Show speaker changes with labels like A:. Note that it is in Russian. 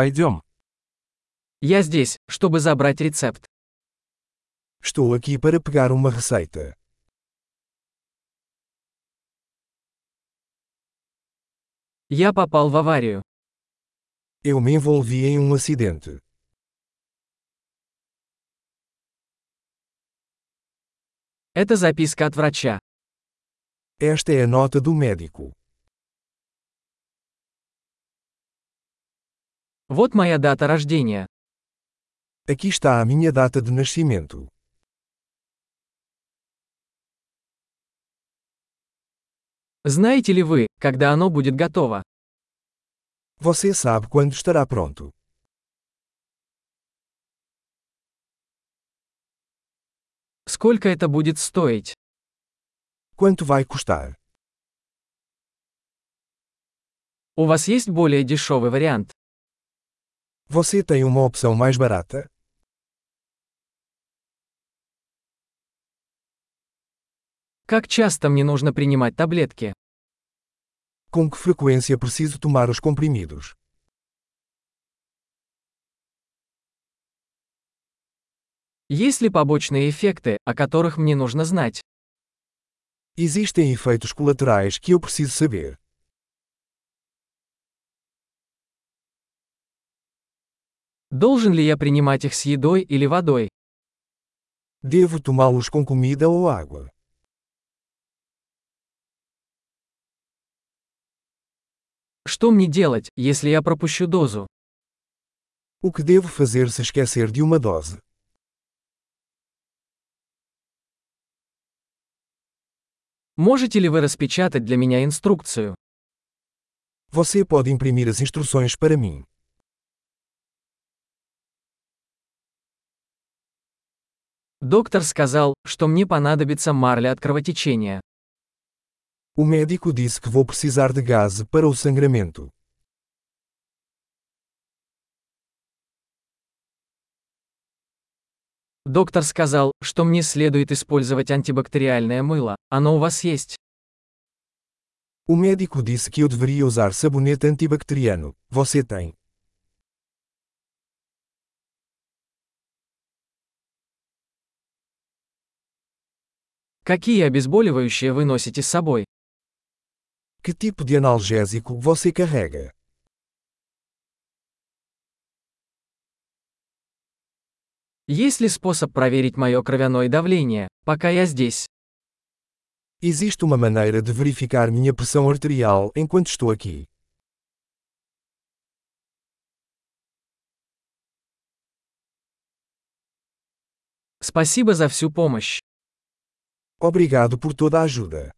A: Пойдем.
B: Я здесь, чтобы забрать рецепт.
C: Estou aqui para pegar uma receita.
B: Я попал в аварию.
C: Eu me envolvi em um acidente.
B: Это записка от врача.
C: Esta é a nota do médico.
B: Вот моя дата рождения.
C: Aqui está a minha data de nascimento.
B: Знаете ли вы, когда оно будет готово?
C: Você sabe quando estará pronto.
B: Сколько это будет стоить?
C: Quanto vai custar?
B: У вас есть более дешевый вариант?
C: Você tem uma opção mais barata?
B: Как часто мне нужно принимать таблетки?
C: Com que frequência preciso tomar os comprimidos?
B: Есть ли побочные эффекты, о которых мне нужно знать?
C: Existem efeitos colaterais que eu preciso saber.
B: Должен ли я принимать их с едой или водой?
C: Devo tomá-los com comida ou água?
B: Что мне делать, если я пропущу дозу?
C: O que devo fazer se esquecer de uma dose?
B: Можете ли вы распечатать для меня инструкцию?
C: Você pode imprimir as instruções para mim.
B: Доктор сказал, что мне понадобится марля от кровотечения.
C: O médico disse que vou precisar de gás para o sangramento.
B: Доктор сказал, что мне следует использовать антибактериальное мыло. Оно у вас есть?
C: O médico disse que eu deveria usar sabonete antibacteriano. Você tem?
B: Какие обезболивающие вы носите с собой?
C: Que tipo de analgésico você carrega?
B: Есть ли способ проверить мое кровяное давление, пока я здесь?
C: Existe uma maneira de verificar minha pressão arterial enquanto estou aqui.
B: Спасибо за всю помощь.
C: Obrigado por toda a ajuda.